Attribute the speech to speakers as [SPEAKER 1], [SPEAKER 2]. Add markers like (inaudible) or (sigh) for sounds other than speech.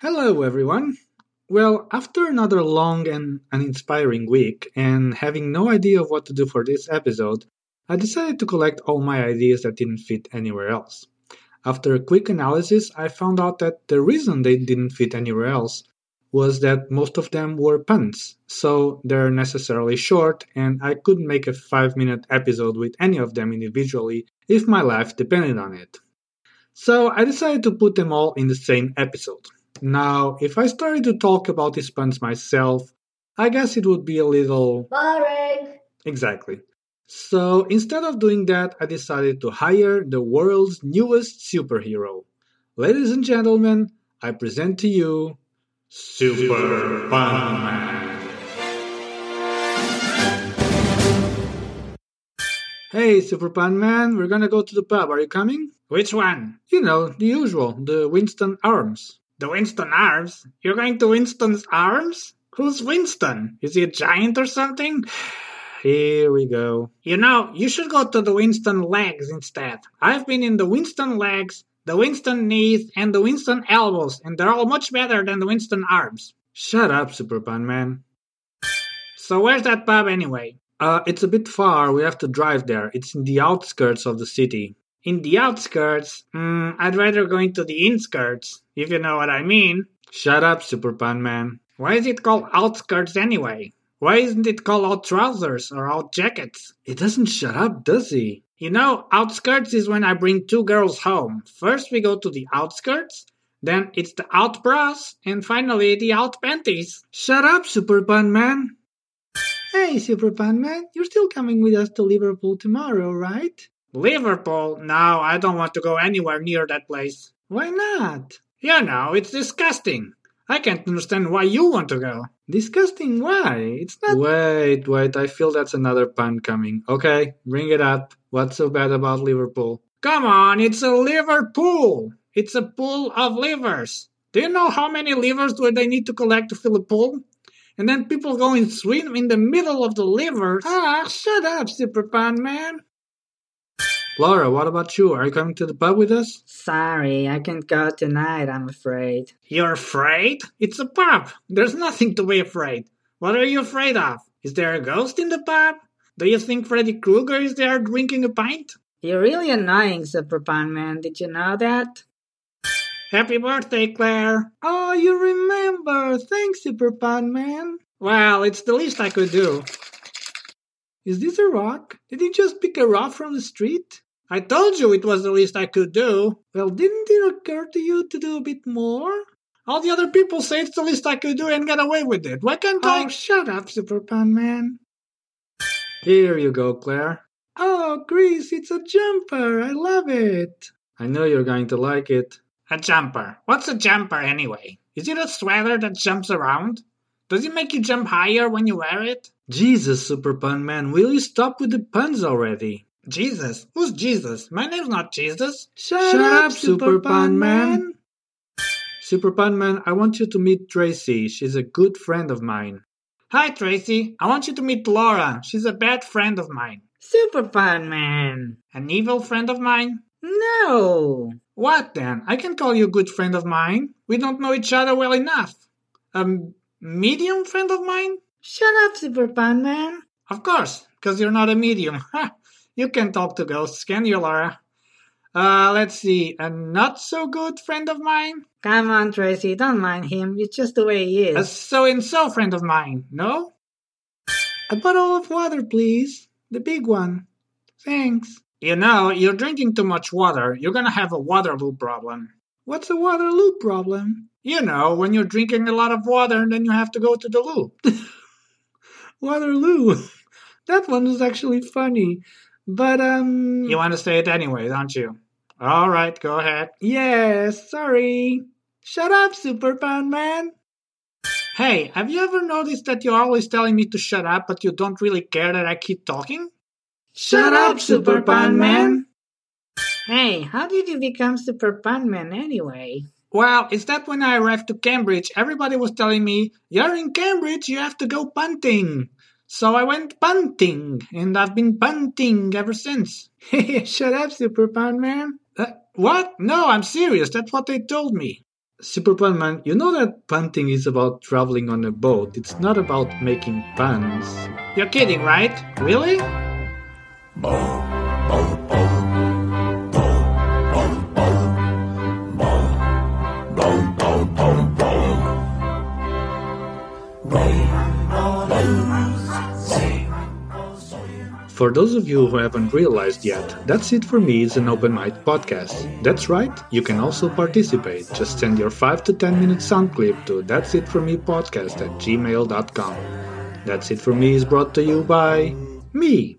[SPEAKER 1] Hello, everyone. Well, after another long and uninspiring week, and having no idea of what to do for this episode, I decided to collect all my ideas that didn't fit anywhere else. After a quick analysis, I found out that the reason they didn't fit anywhere else was that most of them were puns, so they're necessarily short, and I couldn't make a 5 minute episode with any of them individually if my life depended on it. So I decided to put them all in the same episode. Now, if I started to talk about these puns myself, I guess it would be a little.
[SPEAKER 2] Boring.
[SPEAKER 1] Exactly. So instead of doing that, I decided to hire the world's newest superhero. Ladies and gentlemen, I present to you Super Pun Man. Hey, Super Pun Man, we're gonna go to the pub. Are you coming?
[SPEAKER 3] Which one?
[SPEAKER 1] You know, the usual, the Winston Arms.
[SPEAKER 3] The Winston Arms? You're going to Winston's Arms? Who's Winston? Is he a giant or something?
[SPEAKER 1] Here we go.
[SPEAKER 3] You know, you should go to the Winston Legs instead. I've been in the Winston Legs, the Winston Knees, and the Winston Elbows, and they're all much better than the Winston Arms.
[SPEAKER 1] Shut up, Super Pun Man.
[SPEAKER 3] So where's that pub anyway?
[SPEAKER 1] Uh, it's a bit far. We have to drive there. It's in the outskirts of the city.
[SPEAKER 3] In the outskirts? Mm, I'd rather go into the inskirts, if you know what I mean.
[SPEAKER 1] Shut up, Super Pun Man.
[SPEAKER 3] Why is it called outskirts anyway? Why isn't it called out trousers or out jackets?
[SPEAKER 1] He doesn't shut up, does he?
[SPEAKER 3] You know, outskirts is when I bring two girls home. First we go to the outskirts, then it's the out bras, and finally the out panties.
[SPEAKER 1] Shut up, Super Pun Man. Hey, Super Pun Man, you're still coming with us to Liverpool tomorrow, right?
[SPEAKER 3] Liverpool? No, I don't want to go anywhere near that place.
[SPEAKER 1] Why not?
[SPEAKER 3] You know, it's disgusting. I can't understand why you want to go.
[SPEAKER 1] Disgusting, why? It's not. Wait, wait, I feel that's another pun coming. Okay, bring it up. What's so bad about Liverpool?
[SPEAKER 3] Come on, it's a Liverpool. It's a pool of livers. Do you know how many livers do they need to collect to fill a pool? And then people go and swim in the middle of the livers.
[SPEAKER 1] Ah, shut up, Super Pun Man. Laura, what about you? Are you coming to the pub with us?
[SPEAKER 2] Sorry, I can't go tonight, I'm afraid.
[SPEAKER 3] You're afraid? It's a pub. There's nothing to be afraid. What are you afraid of? Is there a ghost in the pub? Do you think Freddy Krueger is there drinking a pint?
[SPEAKER 2] You're really annoying, Superpon Man. Did you know that?
[SPEAKER 3] Happy birthday, Claire.
[SPEAKER 1] Oh, you remember. Thanks, Superpon Man.
[SPEAKER 3] Well, it's the least I could do.
[SPEAKER 1] Is this a rock? Did you just pick a rock from the street?
[SPEAKER 3] I told you it was the least I could do.
[SPEAKER 1] Well, didn't it occur to you to do a bit more?
[SPEAKER 3] All the other people say it's the least I could do and get away with it. Why can't
[SPEAKER 1] oh,
[SPEAKER 3] I?
[SPEAKER 1] shut up, Super Pan Man. Here you go, Claire. Oh, Chris, it's a jumper. I love it. I know you're going to like it.
[SPEAKER 3] A jumper. What's a jumper anyway? Is it a sweater that jumps around? Does it make you jump higher when you wear it?
[SPEAKER 1] Jesus, Super Pun Man, will you stop with the puns already?
[SPEAKER 3] Jesus? Who's Jesus? My name's not Jesus.
[SPEAKER 1] Shut, Shut up, up, Super Pun Man. Super Pun Man, I want you to meet Tracy. She's a good friend of mine.
[SPEAKER 3] Hi, Tracy. I want you to meet Laura. She's a bad friend of mine.
[SPEAKER 2] Superpun Man.
[SPEAKER 3] An evil friend of mine?
[SPEAKER 2] No.
[SPEAKER 3] What then? I can call you a good friend of mine. We don't know each other well enough. A m- medium friend of mine?
[SPEAKER 2] Shut up, Superpun Man.
[SPEAKER 3] Of course, because you're not a medium. (laughs) you can talk to ghosts, can you, Laura? Uh, let's see, a not so good friend of mine?
[SPEAKER 2] Come on, Tracy, don't mind him. It's just the way he is.
[SPEAKER 3] A so and so friend of mine, no?
[SPEAKER 1] A bottle of water, please. The big one. Thanks.
[SPEAKER 3] You know, you're drinking too much water. You're gonna have a Waterloo problem.
[SPEAKER 1] What's a Waterloo problem?
[SPEAKER 3] You know, when you're drinking a lot of water and then you have to go to the loo. (laughs)
[SPEAKER 1] Waterloo. that one was actually funny. But um
[SPEAKER 3] You want to say it anyway, don't you? All right, go ahead.
[SPEAKER 1] Yes, yeah, sorry. Shut up, Super Pun Man.
[SPEAKER 3] Hey, have you ever noticed that you're always telling me to shut up, but you don't really care that I keep talking?
[SPEAKER 2] Shut, shut up, Super Pun Man. Hey, how did you become Super Pun Man anyway?
[SPEAKER 3] Well, is that when I arrived to Cambridge, everybody was telling me, "You're in Cambridge, you have to go punting." So I went punting, and I've been punting ever since. (laughs)
[SPEAKER 1] Shut up, Super Pun Man.
[SPEAKER 3] Uh, what? No, I'm serious. That's what they told me. Super Pun Man, you know that punting is about traveling on a boat. It's not about making puns.
[SPEAKER 4] You're kidding, right? Really?
[SPEAKER 3] For those of you who haven't realized yet, That's It For Me is an open mic podcast. That's right, you can also participate. Just send your 5 to 10 minute sound clip to That's It For Me podcast at gmail.com. That's It For Me is brought to you by me.